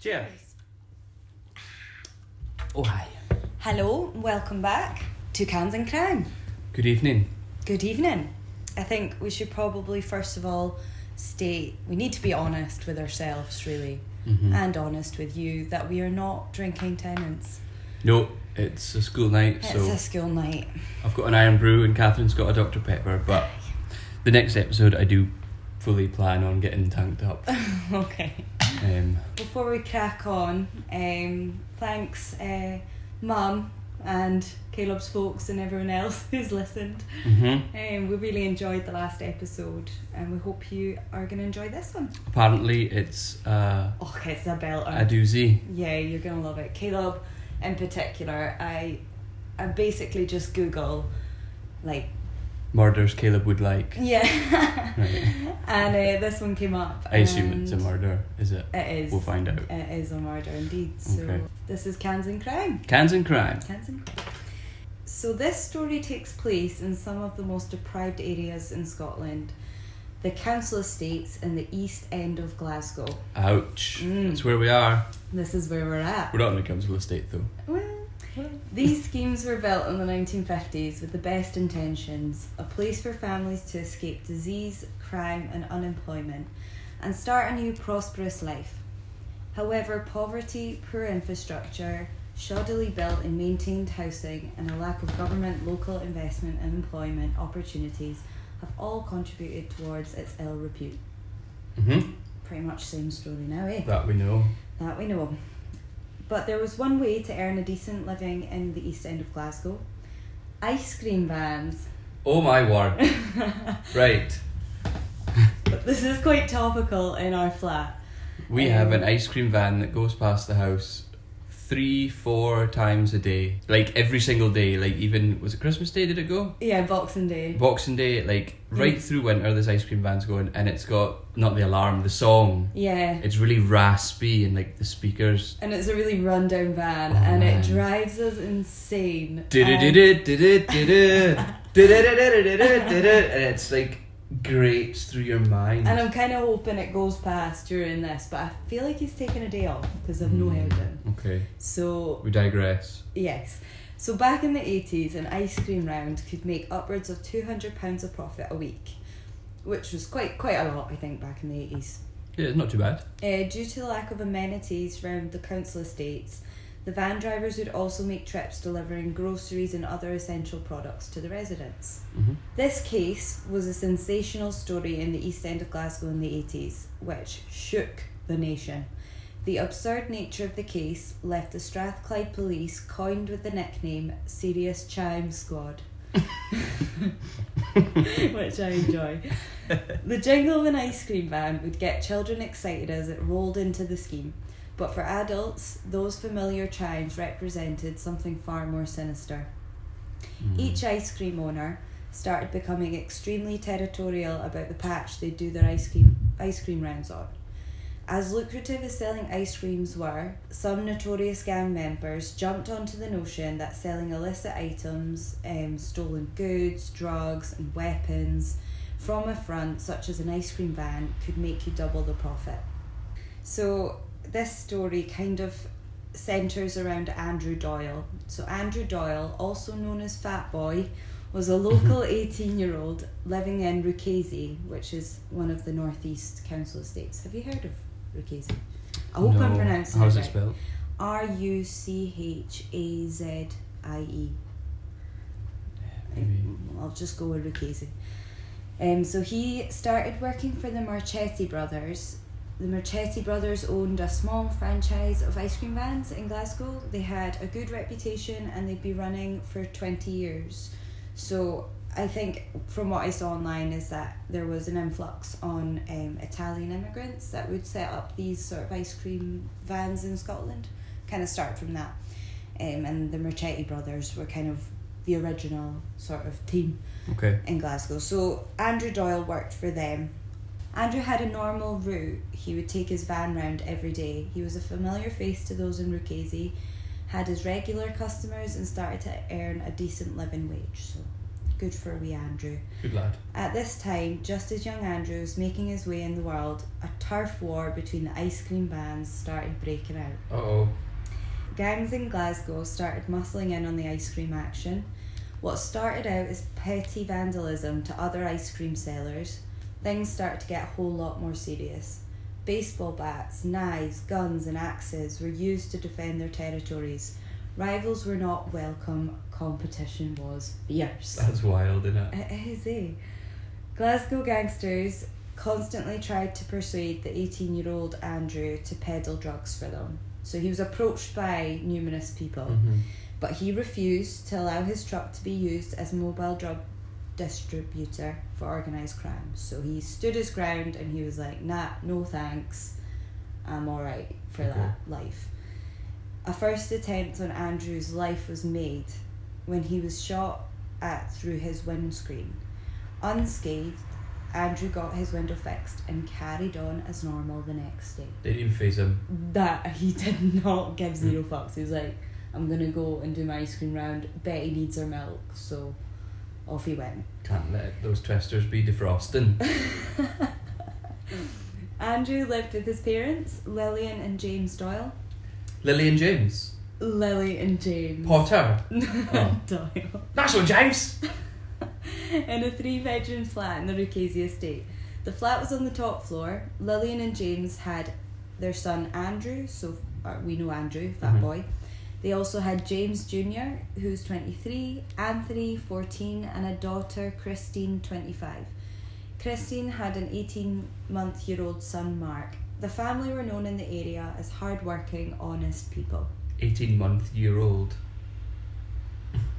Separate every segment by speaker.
Speaker 1: Yeah.
Speaker 2: Oh, hi.
Speaker 3: Hello, welcome back to Cans and Crown.
Speaker 2: Good evening.
Speaker 3: Good evening. I think we should probably first of all state we need to be honest with ourselves, really, and honest with you that we are not drinking tenants.
Speaker 2: No, it's a school night,
Speaker 3: It's
Speaker 2: so
Speaker 3: a school night.
Speaker 2: I've got an iron brew and Catherine's got a Dr. Pepper, but the next episode I do fully plan on getting tanked up.
Speaker 3: okay.
Speaker 2: Um,
Speaker 3: Before we crack on, um, thanks, uh, Mum and Caleb's folks and everyone else who's listened.
Speaker 2: mhm.
Speaker 3: Um, we really enjoyed the last episode, and we hope you are going to enjoy this one.
Speaker 2: Apparently, it's uh,
Speaker 3: Oh, it's a belter.
Speaker 2: a doozy.
Speaker 3: Yeah, you're gonna love it. Caleb, in particular, I, I basically just Google, like,
Speaker 2: Murders Caleb would like.
Speaker 3: yeah,
Speaker 2: Right.
Speaker 3: and uh, this one came up.
Speaker 2: I assume it's a
Speaker 3: and
Speaker 2: murder, is it?
Speaker 3: It is.
Speaker 2: We'll find out.
Speaker 3: It is a murder indeed. So
Speaker 2: Okay.
Speaker 3: this is Cans and Crime.
Speaker 2: Cans and crime.
Speaker 3: Cans and Crime. So this story takes place in some of the most deprived areas in Scotland, the council estates in the east end of Glasgow.
Speaker 2: Ouch.
Speaker 3: Mm.
Speaker 2: That's where we are.
Speaker 3: This is where we're at.
Speaker 2: We're not on the council estate though.
Speaker 3: Well, These schemes were built in the 1950s with the best intentions a place for families to escape disease, crime, and unemployment and start a new prosperous life. However, poverty, poor infrastructure, shoddily built and maintained housing, and a lack of government, local investment, and employment opportunities have all contributed towards its ill repute.
Speaker 2: hmm
Speaker 3: Pretty much same story now, eh?
Speaker 2: That we know.
Speaker 3: That we know. But there was one way to earn a decent living in the east end of Glasgow ice cream vans.
Speaker 2: Oh my word.
Speaker 3: but
Speaker 2: right.
Speaker 3: this is quite topical in our flat.
Speaker 2: We
Speaker 3: Um,
Speaker 2: have an ice cream van that goes past the house three, four times a day. Like every single day. Like even was it Christmas Day did it go?
Speaker 3: Yeah, Boxing Day.
Speaker 2: Boxing Day, like
Speaker 3: Mm.
Speaker 2: right through winter this ice cream van's going and it's got not the alarm, the song.
Speaker 3: Yeah.
Speaker 2: It's really raspy and like the speakers
Speaker 3: And it's a really rundown van
Speaker 2: Oh,
Speaker 3: and
Speaker 2: man.
Speaker 3: it drives us insane.
Speaker 2: did it did it did it did it did it did it did it and it's like grates through your mind.
Speaker 3: And I'm kind of hoping it goes past during this, but I feel like he's taking a day off because I've
Speaker 2: Hmm.
Speaker 3: no heard him.
Speaker 2: Okay.
Speaker 3: So
Speaker 2: We digress.
Speaker 3: Yes. So back in the 80s, an ice cream round could make upwards of £200 of profit a week, which was quite, quite a lot, I think, back in the 80s.
Speaker 2: Yeah, it's not too bad.
Speaker 3: Uh, due to the lack of amenities round the council estates, the van drivers would also make trips delivering groceries and other essential products to the residents.
Speaker 2: Mhm.
Speaker 3: This case was a sensational story in the East End of Glasgow in the 80s, which shook the nation. The absurd nature of the case left the Strathclyde police coined with the nickname Serious Chime Squad, which I enjoy. The jingle of an ice cream van would get children excited as it rolled into the scheme, but for adults, those familiar chimes represented something far more sinister.
Speaker 2: Mm-hmm.
Speaker 3: Each ice cream owner started becoming extremely territorial about the patch they'd do their ice cream ice cream rounds on. As lucrative as selling ice creams were, some notorious gang members jumped onto the notion that selling illicit items, um, stolen goods, drugs, and weapons from a front such as an ice cream van could make you double the profit. So, this story kind of centres around Andrew Doyle. So, Andrew Doyle, also known as Fat Boy, was a local 18 year old living in Rukaisi, which is one of the northeast council estates. Have you heard of Rukaisi? I hope I'm
Speaker 2: Mm. No.
Speaker 3: pronouncing
Speaker 2: How's
Speaker 3: it
Speaker 2: it
Speaker 3: right.
Speaker 2: spelled?
Speaker 3: R U C H A Z I E.
Speaker 2: Maybe.
Speaker 3: I'll just go with Lucchese. Um, so he started working for the Marchetti brothers. The Marchetti brothers owned a small franchise of ice cream vans in Glasgow. They had a good reputation and they'd be running for 20 years. So I think from what I saw online is that there was an influx on um, Italian immigrants that would set up these sort of ice cream vans in Scotland. Kind of start from that. Um, and the Marchetti brothers were kind of the original sort of team
Speaker 2: Okay.
Speaker 3: in Glasgow. So Andrew Doyle worked for them. Andrew had a normal route. He would take his van round every day. He was a familiar face to those in Rukaisi, had his regular customers, and started to earn a decent living wage. So good for wee Andrew.
Speaker 2: Good lad.
Speaker 3: At this time, just as young Andrew was making his way in the world, a turf war between the ice cream bands started breaking out.
Speaker 2: Uh oh.
Speaker 3: Gangs in Glasgow started muscling in on the ice cream action. What started out as petty vandalism to other ice cream sellers, things started to get a whole lot more serious. Baseball bats, knives, guns, and axes were used to defend their territories. Rivals were not welcome, competition was fierce.
Speaker 2: That's wild, isn't it?
Speaker 3: It is, eh? Glasgow gangsters constantly tried to persuade the 18 year old Andrew to peddle drugs for them. So he was approached by numerous people,
Speaker 2: hmm
Speaker 3: but he refused to allow his truck to be used as mobile drug distributor for organised crime. So he stood his ground and he was like, nah, no thanks, I'm alright for
Speaker 2: Okay.
Speaker 3: that life. A first attempt on Andrew's life was made when he was shot at through his windscreen. Unscathed, Andrew got his window fixed and carried on as normal the next day.
Speaker 2: Didn't even phase him.
Speaker 3: That he did not give zero fucks. He was like, I'm gonna go and do my ice cream round. Betty needs her milk, so off he went.
Speaker 2: Can't let those twisters be defrosting.
Speaker 3: Andrew lived with his parents, Lillian and James Doyle.
Speaker 2: Lily and James.
Speaker 3: Lily and James
Speaker 2: Potter. Oh.
Speaker 3: Doyle.
Speaker 2: That's one, James!
Speaker 3: in a three bedroom flat in the Rukazi estate. The flat was on the top floor. Lillian and James had their son Andrew, so uh, we know Andrew, fat
Speaker 2: Mhm.
Speaker 3: boy. They also had James Jr., who's 23, Anthony, 14, and a daughter, Christine, 25. Christine had an 18 month year old son, Mark. The family were known in the area as hardworking, honest people.
Speaker 2: 18 month year old.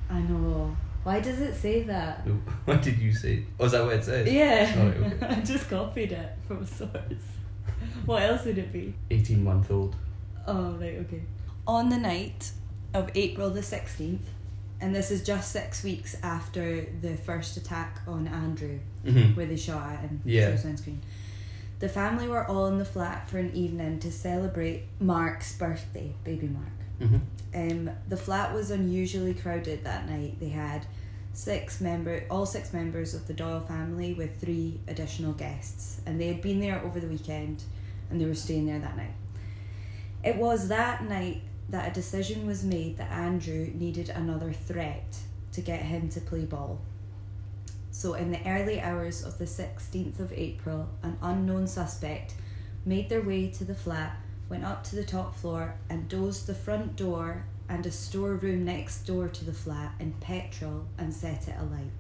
Speaker 3: I know. Why does it say that?
Speaker 2: No, What did you say? Oh, is that what it says?
Speaker 3: Yeah.
Speaker 2: Sorry, okay.
Speaker 3: I just copied it from a source. What else would it be?
Speaker 2: 18 month old.
Speaker 3: Oh, right, okay. On the night of April the 16th, and this is just six weeks after the first attack on Andrew,
Speaker 2: Mm-hmm.
Speaker 3: where they shot at him
Speaker 2: Yeah.
Speaker 3: through sunscreen, the family were all in the flat for an evening to celebrate Mark's birthday, baby Mark.
Speaker 2: hmm
Speaker 3: Um, the flat was unusually crowded that night. They had six member, all six members of the Doyle family, with three additional guests, and they had been there over the weekend, and they were staying there that night. It was that night that a decision was made that Andrew needed another threat to get him to play ball. So, in the early hours of the 16th of April, an unknown suspect made their way to the flat, went up to the top floor, and dozed the front door and a storeroom next door to the flat in petrol and set it alight.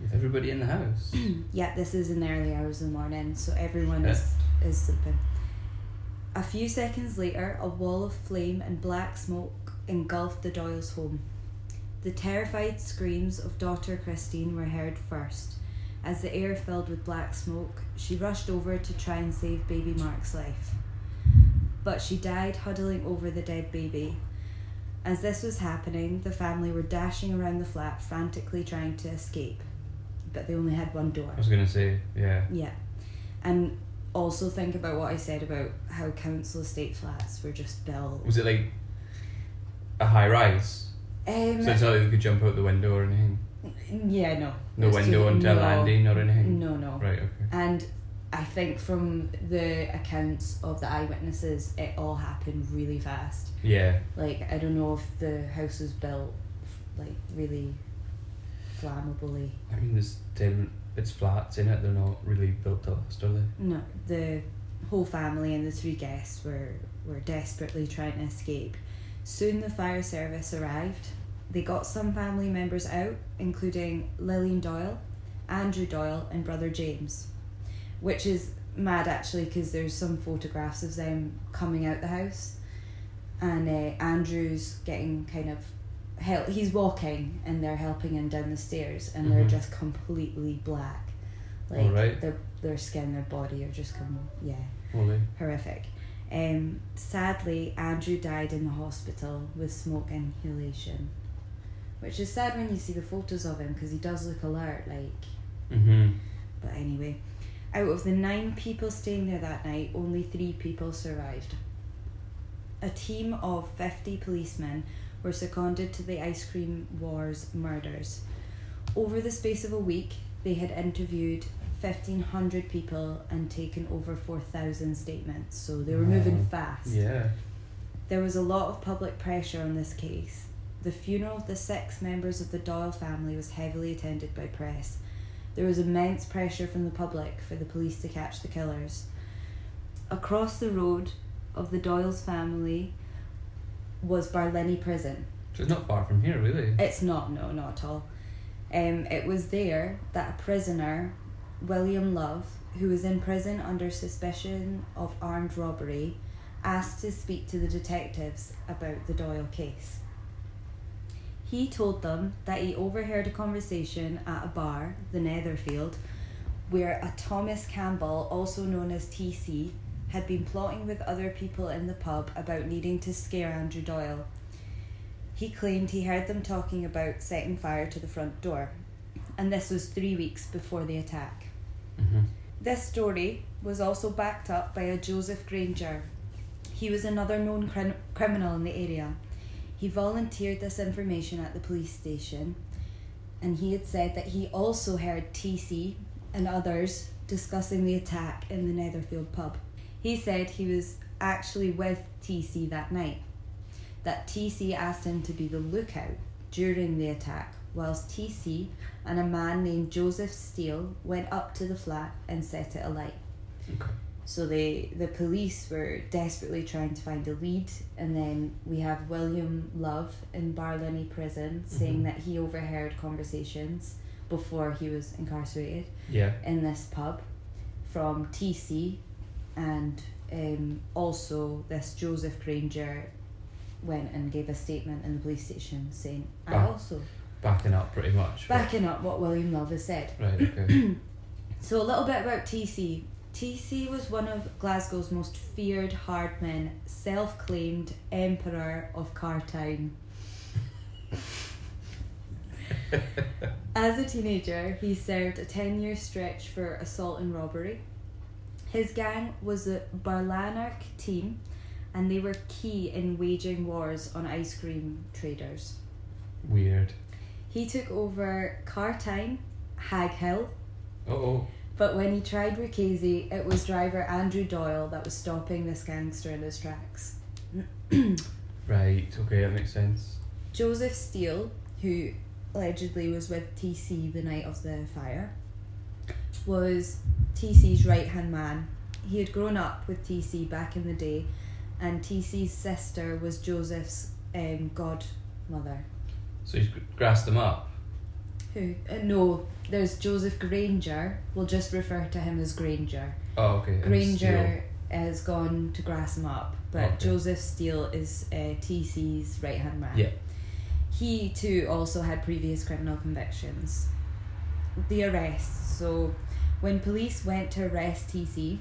Speaker 2: With everybody in the house.
Speaker 3: Yeah, this is in the early hours of the morning, so everyone is, is sleeping. A few seconds later, a wall of flame and black smoke engulfed the Doyles' home. The terrified screams of daughter Christine were heard first. As the air filled with black smoke, she rushed over to try and save baby Mark's life. But she died huddling over the dead baby. As this was happening, the family were dashing around the flat, frantically trying to escape. But they only had one door.
Speaker 2: I was going to say, yeah.
Speaker 3: Yeah. And also think about what I said about how council estate flats were just built.
Speaker 2: Was it like a high rise?
Speaker 3: Um,
Speaker 2: So it's not like they could jump out the window or anything?
Speaker 3: yeah, no.
Speaker 2: No
Speaker 3: It's
Speaker 2: window
Speaker 3: too-
Speaker 2: onto a
Speaker 3: no.
Speaker 2: landing or anything?
Speaker 3: No, no.
Speaker 2: Right, okay.
Speaker 3: And I think from the accounts of the eyewitnesses, it all happened really fast.
Speaker 2: Yeah.
Speaker 3: Like, I don't know if the house was built, like, really flammably.
Speaker 2: I mean, there's ten, it's flats in it, they're not really built to last, are they?
Speaker 3: No, the whole family and the three guests were, were desperately trying to escape. Soon the fire service arrived. They got some family members out, including Lillian Doyle, Andrew Doyle, and brother James, which is mad actually because there's some photographs of them coming out the house, and uh, Andrew's getting kind of help. He's walking, and they're helping him down the stairs, and they're
Speaker 2: Mhm.
Speaker 3: just completely black, like
Speaker 2: Alright.
Speaker 3: their their skin, their body are just come yeah
Speaker 2: Holy.
Speaker 3: horrific. Um, sadly, Andrew died in the hospital with smoke inhalation, which is sad when you see the photos of him because he does look alert. Like,
Speaker 2: Mm-hmm.
Speaker 3: but anyway, out of the nine people staying there that night, only three people survived. A team of 50 policemen were seconded to the ice cream war's murders. Over the space of a week, they had interviewed 1,500 people and taken over 4,000 statements, so they were
Speaker 2: Wow.
Speaker 3: moving fast.
Speaker 2: Yeah.
Speaker 3: There was a lot of public pressure on this case. The funeral of the six members of the Doyle family was heavily attended by press. There was immense pressure from the public for the police to catch the killers. Across the road of the Doyle's family was Barlenny Prison.
Speaker 2: So it's not far from here, really.
Speaker 3: It's not, no, not at all. Um, it was there that a prisoner, William Love, who was in prison under suspicion of armed robbery, asked to speak to the detectives about the Doyle case. He told them that he overheard a conversation at a bar, the Netherfield, where a Thomas Campbell, also known as TC, had been plotting with other people in the pub about needing to scare Andrew Doyle. He claimed he heard them talking about setting fire to the front door, and this was three weeks before the attack.
Speaker 2: Mm-hmm.
Speaker 3: This story was also backed up by a Joseph Granger. He was another known crim- criminal in the area. He volunteered this information at the police station, and he had said that he also heard TC and others discussing the attack in the Netherfield pub. He said he was actually with TC that night, that TC asked him to be the lookout during the attack, whilst TC and a man named Joseph Steele went up to the flat and set it alight.
Speaker 2: Okay.
Speaker 3: So they the police were desperately trying to find a lead, and then we have William Love in Barlenny Prison saying
Speaker 2: Mhm.
Speaker 3: that he overheard conversations before he was incarcerated
Speaker 2: Yeah.
Speaker 3: in this pub from TC, and um, also this Joseph Granger went and gave a statement in the police station saying, "I
Speaker 2: Wow.
Speaker 3: also
Speaker 2: Backing up pretty much.
Speaker 3: backing up what William Love has said."
Speaker 2: Right, okay.
Speaker 3: So a little bit about TC. TC was one of Glasgow's most feared hard men, self-claimed emperor of Cartown. As a teenager, he served a 10-year stretch for assault and robbery. His gang was the Barlanark team, and they were key in waging wars on ice cream traders.
Speaker 2: Weird.
Speaker 3: He took over Cartown, Hag Hill,
Speaker 2: Oh, oh.
Speaker 3: But when he tried Ricchese, it was driver Andrew Doyle that was stopping this gangster in his tracks.
Speaker 2: Right, okay, that makes sense.
Speaker 3: Joseph Steele, who allegedly was with TC the night of the fire, was TC's right hand man. He had grown up with TC back in the day, and TC's sister was Joseph's um, godmother.
Speaker 2: So he's gr- grassed them up.
Speaker 3: Who? Uh, no, there's Joseph Granger. We'll just refer to him as Granger.
Speaker 2: Oh, okay. and steal.
Speaker 3: Granger has gone to grass him up, but
Speaker 2: Okay.
Speaker 3: Joseph Steele is uh, TC's right hand man.
Speaker 2: Yeah.
Speaker 3: He too also had previous criminal convictions. The arrests. So, when police went to arrest TC,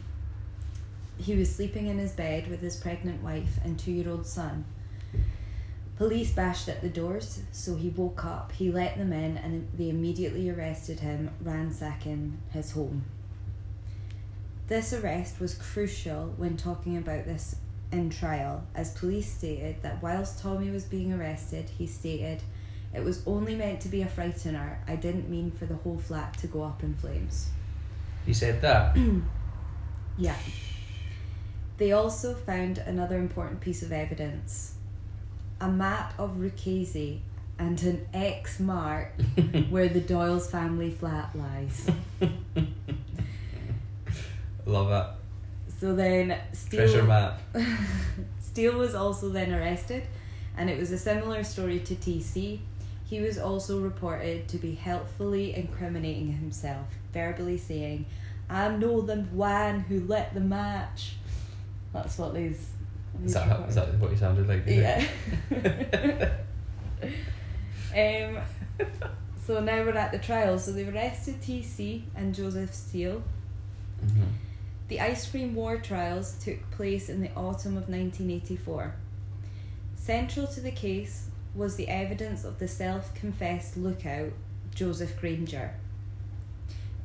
Speaker 3: he was sleeping in his bed with his pregnant wife and two year old son. Police bashed at the doors, so he woke up. He let them in, and they immediately arrested him, ransacking his home. This arrest was crucial when talking about this in trial, as police stated that whilst Tommy was being arrested, he stated, It was only meant to be a frightener. I didn't mean for the whole flat to go up in flames.
Speaker 2: He said that.
Speaker 3: Yeah. They also found another important piece of evidence a map of Rukese and an X mark where the Doyle's family flat lies.
Speaker 2: Love
Speaker 3: So then
Speaker 2: it.
Speaker 3: Steele,
Speaker 2: Treasure map.
Speaker 3: Steele was also then arrested, and it was a similar story to TC. He was also reported to be helpfully incriminating himself, verbally saying, I know the one who lit the match. That's what these.
Speaker 2: Is
Speaker 3: these
Speaker 2: that, how-
Speaker 3: reported-
Speaker 2: is that what he sounded like? did it?
Speaker 3: Yeah. um, so now we're at the trial. So they've arrested TC and Joseph Steele.
Speaker 2: Mhm.
Speaker 3: The ice cream war trials took place in the autumn of 1984. Central to the case was the evidence of the self confessed lookout, Joseph Granger.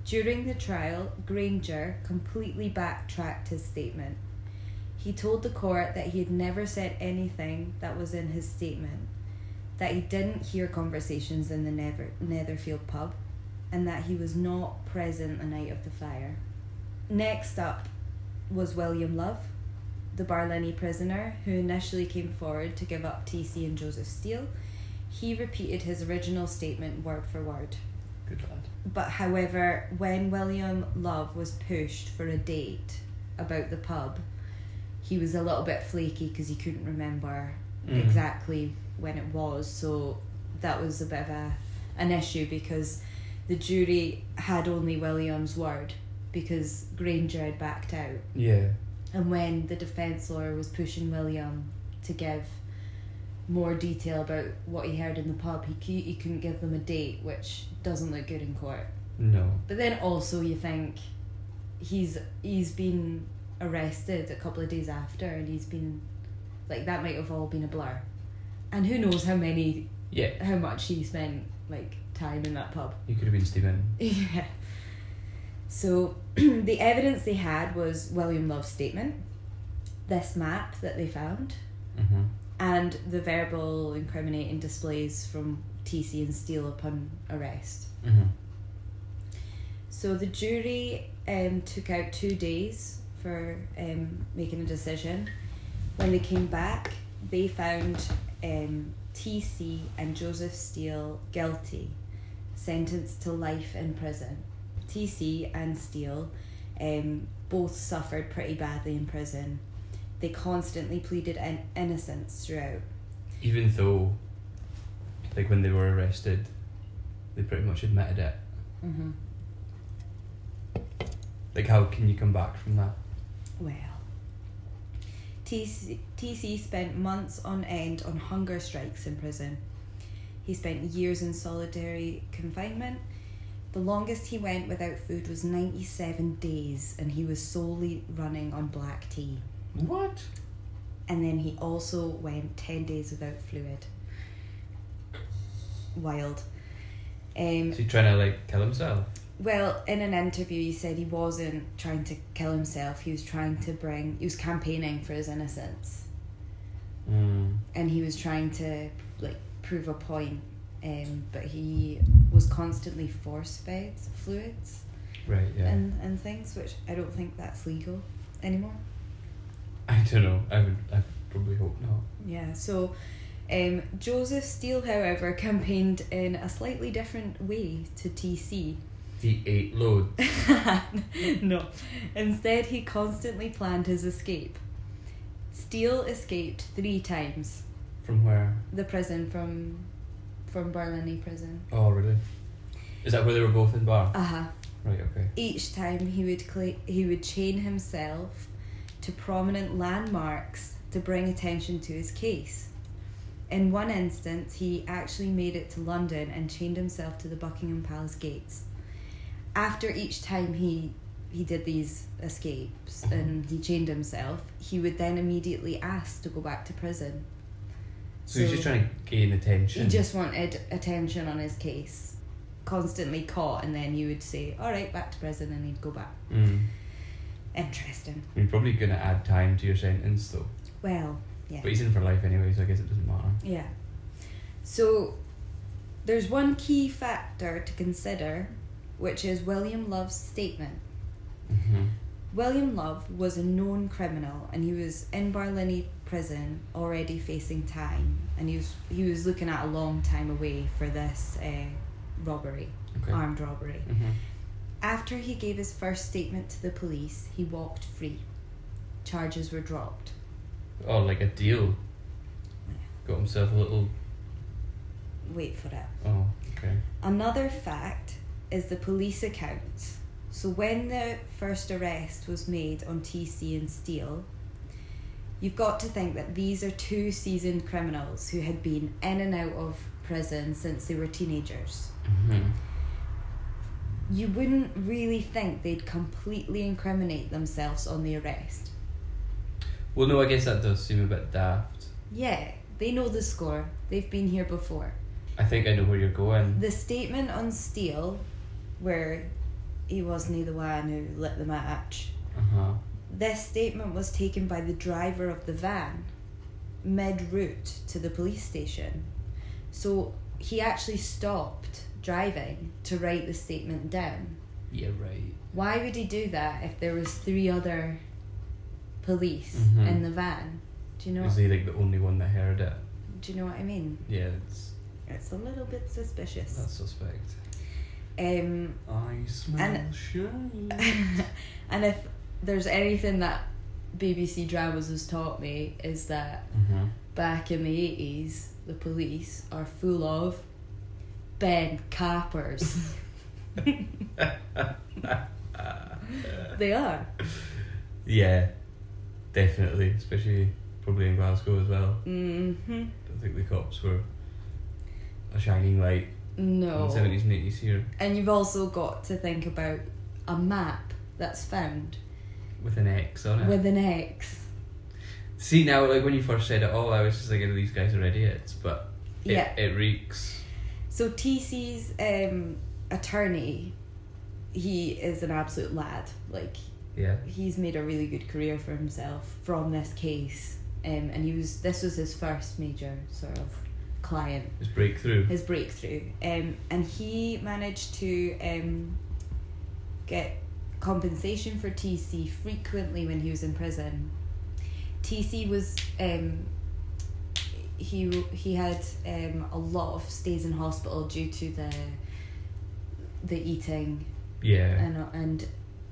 Speaker 3: During the trial, Granger completely backtracked his statement. He told the court that he had never said anything that was in his statement, that he didn't hear conversations in the Nether- Netherfield pub, and that he was not present the night of the fire. Next up was William Love, the Barlenny prisoner, who initially came forward to give up TC and Joseph Steele. He repeated his original statement word for word.
Speaker 2: Good lad.
Speaker 3: But however, when William Love was pushed for a date about the pub, he was a little bit flaky because he couldn't remember
Speaker 2: Mm.
Speaker 3: exactly when it was. So that was a bit of a, an issue because the jury had only William's word because Granger had backed out.
Speaker 2: Yeah.
Speaker 3: And when the defence lawyer was pushing William to give more detail about what he heard in the pub, he, cou- he couldn't give them a date, which doesn't look good in court.
Speaker 2: No.
Speaker 3: But then also you think he's he's been arrested a couple of days after, and he's been like that might have all been a blur, and who knows how many
Speaker 2: Yeah.
Speaker 3: how much he spent like time in that pub.
Speaker 2: You could have been Stephen.
Speaker 3: Yeah. So the evidence they had was William Love's statement, this map that they found,
Speaker 2: Mm-hmm.
Speaker 3: and the verbal incriminating displays from TC and Steele upon arrest.
Speaker 2: Mm-hmm.
Speaker 3: So the jury um, took out two days for um, making a decision. When they came back, they found um, TC and Joseph Steele guilty, sentenced to life in prison. TC and Steele um, both suffered pretty badly in prison. They constantly pleaded in- innocence throughout.
Speaker 2: Even though, like when they were arrested, they pretty much admitted it.
Speaker 3: Mm-hmm.
Speaker 2: Like, how can you come back from that?
Speaker 3: Well, TC, TC spent months on end on hunger strikes in prison. He spent years in solitary confinement. The longest he went without food was 97 days, and he was solely running on black tea.
Speaker 2: What?
Speaker 3: And then he also went 10 days without fluid. Wild. Um,
Speaker 2: Is he trying to like kill himself?
Speaker 3: well, in an interview, he said he wasn't trying to kill himself. He was trying to bring, he was campaigning for his innocence.
Speaker 2: Mm.
Speaker 3: and he was trying to like prove a point um, but he was constantly force fed fluids
Speaker 2: Right. Yeah.
Speaker 3: and, and things which i don't think that's legal anymore
Speaker 2: I don't know. I would. I probably hope not.
Speaker 3: yeah so um, joseph steele however campaigned in a slightly different way to tc
Speaker 2: He ate loads.
Speaker 3: no. Instead, he constantly planned his escape. Steele escaped three times
Speaker 2: From where?
Speaker 3: the prison from from Berlin prison.
Speaker 2: Oh, really? Is that where they were both in bar?
Speaker 3: Uh huh.
Speaker 2: Right. Okay.
Speaker 3: Each time he would cla- he would chain himself to prominent landmarks to bring attention to his case. In one instance, he actually made it to London and chained himself to the Buckingham Palace gates. After each time he he did these escapes and he chained himself, he would then immediately ask to go back to prison.
Speaker 2: So, he's just trying to gain attention.
Speaker 3: He just wanted attention on his case, constantly caught, and then you would say, "All right, back to prison," and he'd go back.
Speaker 2: Mm.
Speaker 3: Interesting.
Speaker 2: You're probably gonna add time to your sentence though.
Speaker 3: Well,
Speaker 2: But he's in for life anyway, so I guess it doesn't matter.
Speaker 3: yeah. So there's one key factor to consider, which is William Love's statement.
Speaker 2: Mm-hmm.
Speaker 3: William Love was a known criminal and he was in Barlinny prison already facing time and he was he was looking at a long time away for this uh, robbery,
Speaker 2: Okay.
Speaker 3: armed robbery.
Speaker 2: Mm-hmm.
Speaker 3: After he gave his first statement to the police, he walked free. Charges were dropped.
Speaker 2: Oh, like a deal. Got himself a little.
Speaker 3: Wait for it.
Speaker 2: Oh, okay.
Speaker 3: Another fact is the police accounts. So when the first arrest was made on TC and Steele, you've got to think that these are two seasoned criminals who had been in and out of prison since they were teenagers.
Speaker 2: Mm-hmm.
Speaker 3: You wouldn't really think they'd completely incriminate themselves on the arrest.
Speaker 2: Well, no, I guess that does seem a bit daft.
Speaker 3: Yeah, they know the score. They've been here before.
Speaker 2: I think I know where you're going.
Speaker 3: The statement on Steele, where he wasn't the one who lit the match,
Speaker 2: Uh huh.
Speaker 3: This statement was taken by the driver of the van mid route to the police station. So he actually stopped driving to write the statement down.
Speaker 2: Yeah, right.
Speaker 3: Why would he do that if there was three other police
Speaker 2: Mhm.
Speaker 3: in the van? Do you know?
Speaker 2: Is he like the only one that heard it?
Speaker 3: Do you know what I mean?
Speaker 2: Yeah, it's,
Speaker 3: It's a little bit suspicious.
Speaker 2: that's suspect.
Speaker 3: Um,
Speaker 2: I smell
Speaker 3: And-
Speaker 2: shame.
Speaker 3: and if there's anything that BBC dramas has taught me is that
Speaker 2: Mhm.
Speaker 3: back in the 80s, the police are full of Ben Cappers. they are.
Speaker 2: Yeah, definitely. Especially probably in Glasgow as well.
Speaker 3: hmm
Speaker 2: I think the cops were a shining light in the
Speaker 3: No.
Speaker 2: 70s and 80s here
Speaker 3: And you've also got to think about a map that's found
Speaker 2: with an X on it.
Speaker 3: with an X.
Speaker 2: See, now, like when you first said it all, I was just like, these guys are idiots, but it,
Speaker 3: Yeah.
Speaker 2: it reeks.
Speaker 3: So TC's um, attorney, he is an absolute lad. Like,
Speaker 2: Yeah.
Speaker 3: he's made a really good career for himself from this case, um, and he was this was his first major sort of client,
Speaker 2: It's breakthrough.
Speaker 3: his breakthrough, um, and he managed to um, get compensation for TC frequently when he was in prison. TC was um, he he had um, a lot of stays in hospital due to the the eating
Speaker 2: Yeah.
Speaker 3: and, and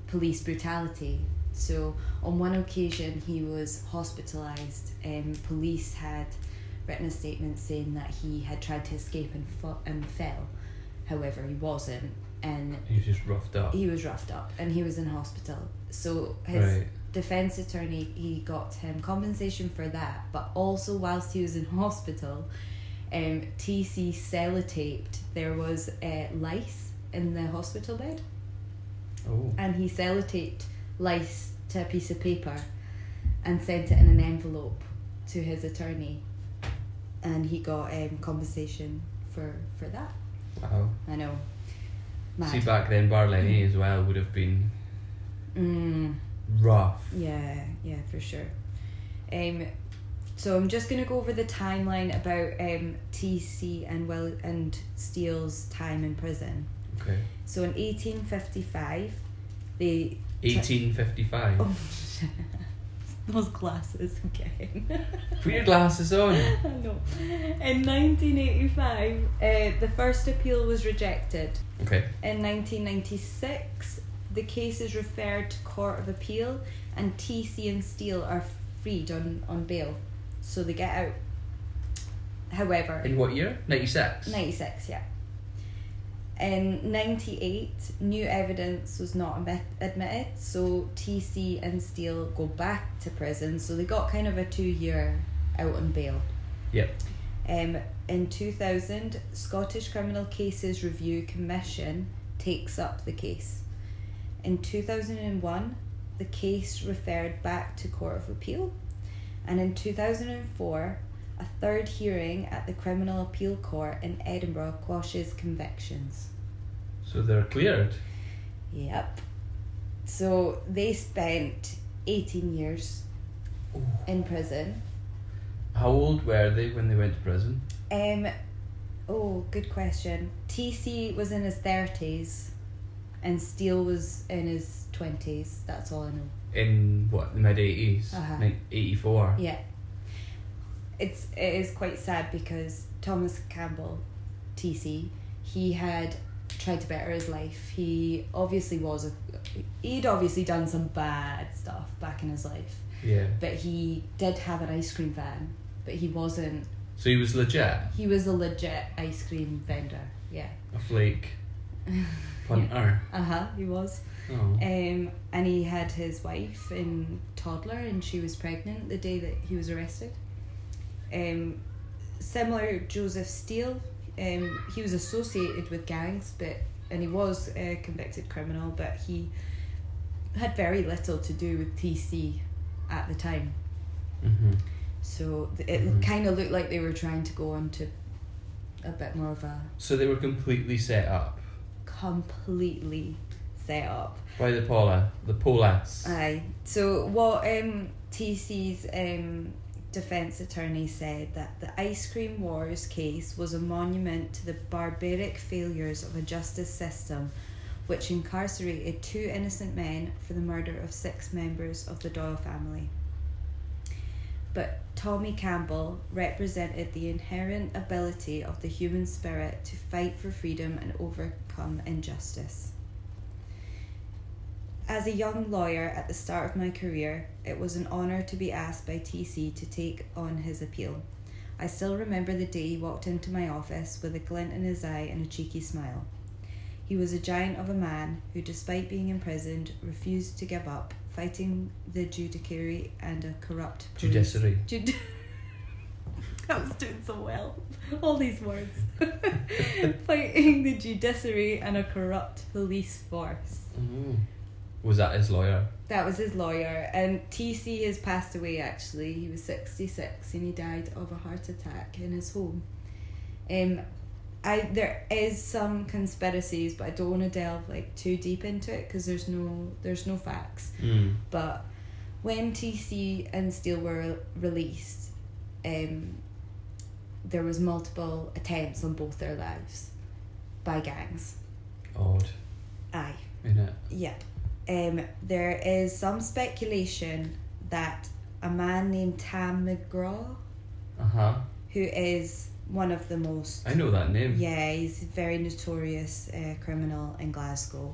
Speaker 3: police brutality. So, on one occasion, he was hospitalised. Um, police had written a statement saying that he had tried to escape and, fo- and fell. However, he wasn't, and
Speaker 2: He was just roughed up.
Speaker 3: he was roughed up and he was in hospital. So, his
Speaker 2: Right.
Speaker 3: defense attorney he got him compensation for that but also whilst he was in hospital um, tc sellotaped there was uh, lice in the hospital bed
Speaker 2: Oh.
Speaker 3: and he sellotaped lice to a piece of paper and sent it in an envelope to his attorney and he got um, compensation for for that
Speaker 2: Wow.
Speaker 3: i know Mad.
Speaker 2: See, back then, Barlenny as well would have been
Speaker 3: mm,
Speaker 2: rough.
Speaker 3: yeah yeah for sure um so i'm just going to go over the timeline about um tc and well and steele's time in prison
Speaker 2: Okay.
Speaker 3: so in 1855 they
Speaker 2: 1855.
Speaker 3: Oh, shit. Those glasses again.
Speaker 2: Put your glasses on.
Speaker 3: I know. In 1985, uh, the first appeal was rejected.
Speaker 2: Okay.
Speaker 3: In 1996, the case is referred to Court of Appeal, and TC and Steele are freed on, on bail. So they get out. However,
Speaker 2: In what year? 96.
Speaker 3: 96, yeah. In 98, new evidence was not admit- admitted, so TC and Steele go back to prison, so they got kind of a two year out on bail.
Speaker 2: Yep.
Speaker 3: Um, in 2000, Scottish Criminal Cases Review Commission takes up the case. In 2001, the case referred back to Court of Appeal, and in 2004, a third hearing at the Criminal Appeal Court in Edinburgh quashes convictions.
Speaker 2: So they're cleared.
Speaker 3: Yep. So they spent 18 years
Speaker 2: Ooh.
Speaker 3: in prison.
Speaker 2: How old were they when they went to prison?
Speaker 3: Um, oh, good question. TC was in his 30s and Steele was in his 20s. That's all I know.
Speaker 2: In what, the mid 80s?
Speaker 3: Uh-huh.
Speaker 2: Like 84.
Speaker 3: Yeah. It's it is quite sad because Thomas Campbell, TC, he had tried to better his life. He obviously was a he'd obviously done some bad stuff back in his life,
Speaker 2: Yeah.
Speaker 3: but he did have an ice cream van, but he wasn't.
Speaker 2: So he was legit.
Speaker 3: He was a legit ice cream vendor. Yeah.
Speaker 2: A flake. Punter.
Speaker 3: Uh huh. He was.
Speaker 2: Oh.
Speaker 3: Um, and he had his wife and toddler, and she was pregnant the day that he was arrested. Um, similar Joseph Steele, um, he was associated with gangs, but and he was a convicted criminal, but he had very little to do with TC at the time.
Speaker 2: hmm
Speaker 3: So th- it
Speaker 2: Mhm.
Speaker 3: kind of looked like they were trying to go on to a bit more of a
Speaker 2: So they were completely set up
Speaker 3: completely set up
Speaker 2: by the
Speaker 3: Uh,
Speaker 2: Paula, the Polas.
Speaker 3: Aye. So what um TC's um defense attorney said that the ice cream wars case was a monument to the barbaric failures of a justice system which incarcerated two innocent men for the murder of six members of the Doyle family. But Tommy Campbell represented the inherent ability of the human spirit to fight for freedom and overcome injustice. As a young lawyer at the start of my career, it was an honour to be asked by TC to take on his appeal. I still remember the day he walked into my office with a glint in his eye and a cheeky smile. He was a giant of a man who, despite being imprisoned, refused to give up, fighting the judiciary and a corrupt police.
Speaker 2: Judiciary.
Speaker 3: Jud- I was doing so well. All these words. fighting the judiciary and a corrupt police force.
Speaker 2: Oh. Was that his lawyer?
Speaker 3: That was his lawyer, and TC has passed away actually. He was 66 and he died of a heart attack in his home. Um, I There is some conspiracies, but I don't want to delve like too deep into it because there's no, there's no facts.
Speaker 2: Mm.
Speaker 3: But when TC and Steele were released, um, there was multiple attempts on both their lives by gangs.
Speaker 2: Odd,
Speaker 3: Aye.
Speaker 2: isn't it?
Speaker 3: Yeah. Um, there is some speculation that a man named Tam McGraw,
Speaker 2: Uh huh.
Speaker 3: who is one of the most.
Speaker 2: I know that name.
Speaker 3: Yeah, he's a very notorious uh, criminal in Glasgow.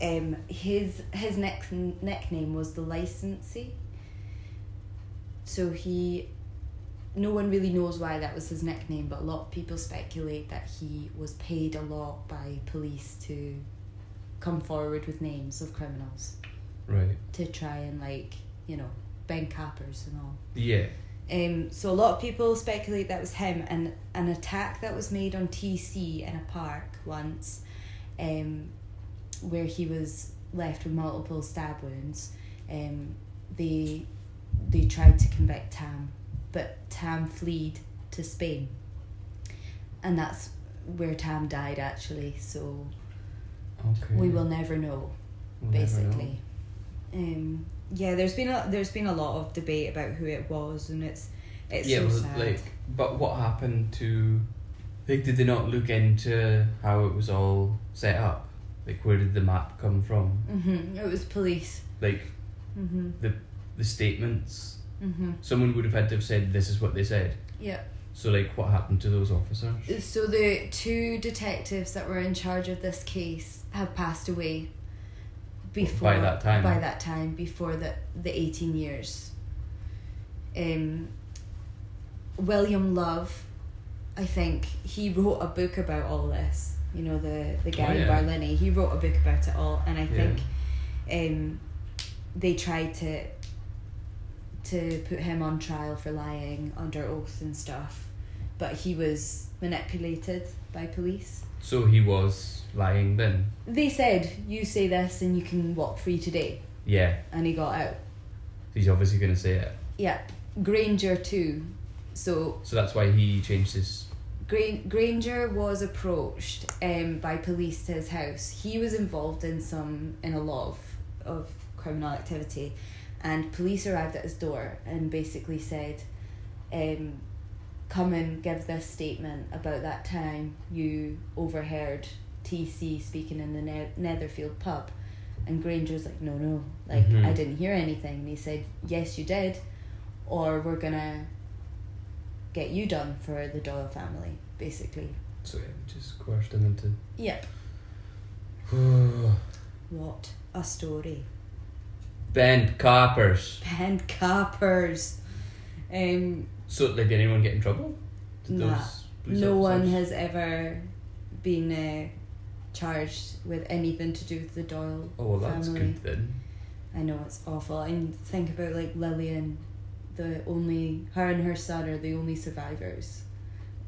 Speaker 3: Um, his his next nickname was the licensee. So he, no one really knows why that was his nickname, but a lot of people speculate that he was paid a lot by police to come forward with names of criminals
Speaker 2: Right.
Speaker 3: to try and like you know bend cappers and all.
Speaker 2: Yeah.
Speaker 3: Um, so a lot of people speculate that was him, and an attack that was made on TC in a park once, um, where he was left with multiple stab wounds. Um, they they tried to convict Tam, but Tam fled to Spain, and that's where Tam died actually. So
Speaker 2: Okay.
Speaker 3: we will never know
Speaker 2: We'll never know.
Speaker 3: basically. Um, yeah, there's been a there's been a lot of debate about who it was, and it's it's
Speaker 2: yeah,
Speaker 3: so
Speaker 2: well,
Speaker 3: sad.
Speaker 2: like, but what happened to? Like, did they not look into how it was all set up? Like, where did the map come from?
Speaker 3: hmm It was police.
Speaker 2: Like
Speaker 3: hmm
Speaker 2: the statements.
Speaker 3: hmm
Speaker 2: Someone would have had to have said, "This is what they said."
Speaker 3: Yeah.
Speaker 2: So, like, what happened to those officers?
Speaker 3: So the two detectives that were in charge of this case have passed away. Before
Speaker 2: By that time.
Speaker 3: By that time, before the the eighteen years. Um. William Love, I think he wrote a book about all this. You know the the guy
Speaker 2: Oh, yeah.
Speaker 3: Barlini. He wrote a book about it all, and I
Speaker 2: Yeah.
Speaker 3: think, um, they tried to. To put him on trial for lying under oath and stuff, but he was manipulated by police.
Speaker 2: So he was lying then.
Speaker 3: They said, "You say this, and you can walk free today,"
Speaker 2: Yeah,
Speaker 3: and he got out.
Speaker 2: he's obviously going to say it.
Speaker 3: Yeah, Granger too. So
Speaker 2: So that's why he changed his.
Speaker 3: Gran- Granger was approached um, by police to his house. He was involved in some in a lot of, of criminal activity, and police arrived at his door and basically said, um, "Come and give this statement about that time you overheard TC speaking in the ne- Netherfield pub." And Granger's like, "No, no, like
Speaker 2: Mhm.
Speaker 3: I didn't hear anything." And he said, "Yes, you did, or we're gonna." get you done for the Doyle family, basically.
Speaker 2: So yeah, just coerced him into.
Speaker 3: Yep. What a story.
Speaker 2: Bend coppers.
Speaker 3: Ben Carpers. Um,
Speaker 2: So like, did anyone get in trouble? Did
Speaker 3: Nah.
Speaker 2: those police
Speaker 3: no one
Speaker 2: officers?
Speaker 3: has ever been uh, charged with anything to do with the Doyle
Speaker 2: Oh well, that's
Speaker 3: family.
Speaker 2: good then.
Speaker 3: I know it's awful. And think about like Lillian, the only her and her son are the only survivors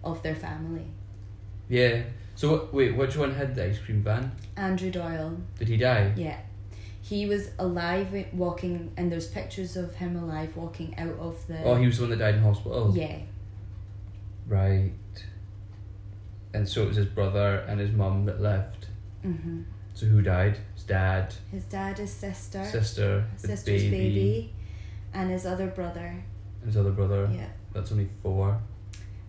Speaker 3: of their family.
Speaker 2: Yeah. So what, wait, which one had the ice cream van?
Speaker 3: Andrew Doyle
Speaker 2: Did he die?
Speaker 3: Yeah. He was alive eh, walking, and there's pictures of him alive walking out of the.
Speaker 2: Oh, he was the one that died in hospital.
Speaker 3: Yeah,
Speaker 2: Right. And so it was his brother and his mum that left.
Speaker 3: hmm
Speaker 2: So who died? His dad,
Speaker 3: His dad, his sister,
Speaker 2: sister, the
Speaker 3: sister's baby.
Speaker 2: baby.
Speaker 3: and his other brother.
Speaker 2: his other brother.
Speaker 3: Yeah.
Speaker 2: That's only four.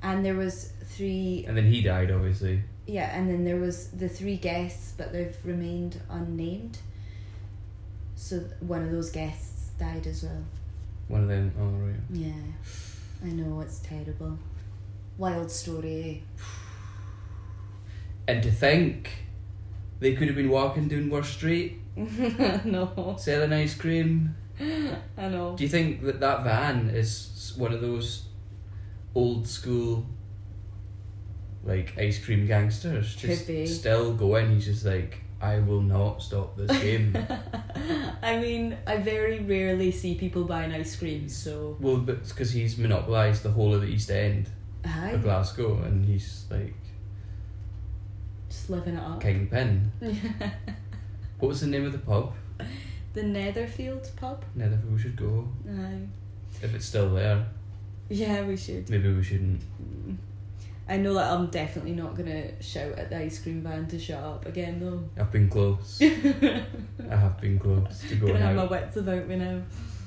Speaker 3: And there was three
Speaker 2: And then he died, obviously.
Speaker 3: yeah, and then there was the three guests, but they've remained unnamed. So th- one of those guests died as well.
Speaker 2: One of them. Oh right.
Speaker 3: Yeah. I know it's terrible. Wild story.
Speaker 2: And to think, they could have been walking down Worth Street
Speaker 3: eh? no.
Speaker 2: selling ice cream.
Speaker 3: I know.
Speaker 2: Do you think that that van is one of those old school, like ice cream gangsters?
Speaker 3: Could
Speaker 2: Just
Speaker 3: be.
Speaker 2: still going. He's just like, I will not stop this game.
Speaker 3: I mean, I very rarely see people buying ice cream, so
Speaker 2: well, but it's because he's monopolised the whole of the East End
Speaker 3: I
Speaker 2: of Glasgow, and he's like
Speaker 3: just living it up.
Speaker 2: kingpin. What was the name of the pub?
Speaker 3: the Netherfield pub.
Speaker 2: Netherfield. We should go
Speaker 3: Aye.
Speaker 2: if it's still there.
Speaker 3: yeah, we should. Mm.
Speaker 2: Maybe we shouldn't.
Speaker 3: I know that I'm definitely not gonna shout at the ice cream van to shut up again though.
Speaker 2: I've been close. I have been close to going
Speaker 3: gonna have my
Speaker 2: out.
Speaker 3: wits about me now.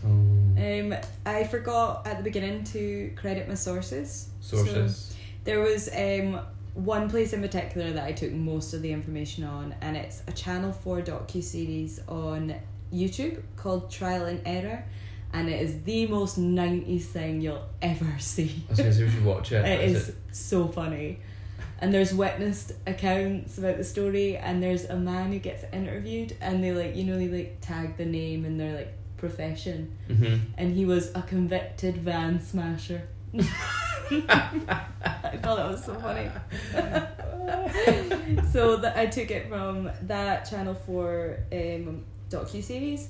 Speaker 2: Oh,
Speaker 3: Um, I forgot at the beginning to credit my sources.
Speaker 2: sources.
Speaker 3: There was um, one place in particular that I took most of the information on, and it's a Channel 4 docu series on YouTube called Trial and Error, and it is the most 90s thing you'll ever see.
Speaker 2: I was gonna say we should watch it.
Speaker 3: it
Speaker 2: but
Speaker 3: is so funny. And there's witnessed accounts about the story, and there's a man who gets interviewed, and they like, you know, they like tag the name and their like profession
Speaker 2: Mhm.
Speaker 3: and he was a convicted van smasher. I thought that was so funny. so that I took it from that Channel 4 um, docu-series,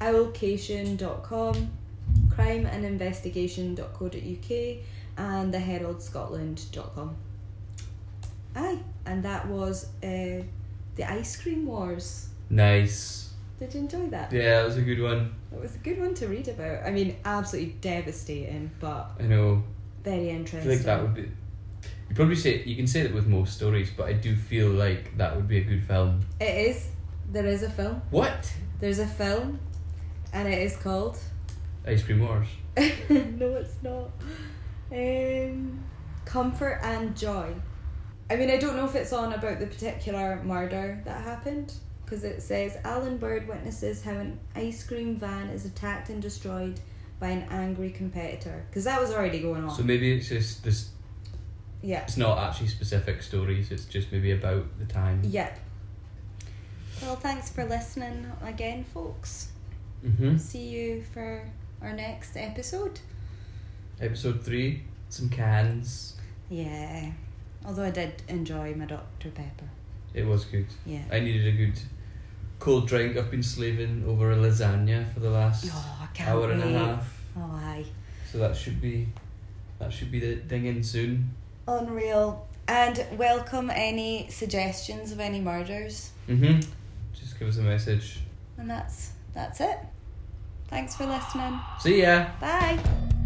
Speaker 3: owlcation.com, crimeandinvestigation.co.uk, and theheraldscotland.com. Aye, and that was uh, the Ice Cream Wars.
Speaker 2: Nice.
Speaker 3: Did you enjoy that?
Speaker 2: Yeah, that was a good one.
Speaker 3: It was a good one to read about. I mean, absolutely devastating, but
Speaker 2: I know.
Speaker 3: very
Speaker 2: I
Speaker 3: interesting.
Speaker 2: feel like that would be. You probably say you can say that with most stories, but I do feel like that would be a good film.
Speaker 3: It is. There is a film.
Speaker 2: What?
Speaker 3: There's a film, and it is called.
Speaker 2: Ice cream wars.
Speaker 3: no, it's not. Um, Comfort and Joy. I mean, I don't know if it's on about the particular murder that happened, because it says Alan Bird witnesses how an ice cream van is attacked and destroyed by an angry competitor. Because that was already going on.
Speaker 2: So maybe it's just this.
Speaker 3: yeah.
Speaker 2: It's not actually specific stories. It's just maybe about the time.
Speaker 3: Yep. Well, thanks for listening again, folks.
Speaker 2: Mhm.
Speaker 3: See you for our next episode.
Speaker 2: Episode three. Some cans.
Speaker 3: Yeah. Although I did enjoy my Dr. Pepper.
Speaker 2: It was good.
Speaker 3: Yeah.
Speaker 2: I needed a good cold drink. I've been slaving over a lasagna for the last
Speaker 3: Oh, I can't
Speaker 2: hour and a
Speaker 3: wait.
Speaker 2: half.
Speaker 3: Oh, aye.
Speaker 2: So that should be that should be the ding in soon.
Speaker 3: Unreal. And welcome any suggestions of any murders.
Speaker 2: Mhm. Just give us a message.
Speaker 3: And that's that's it. Thanks for listening.
Speaker 2: See ya.
Speaker 3: Bye.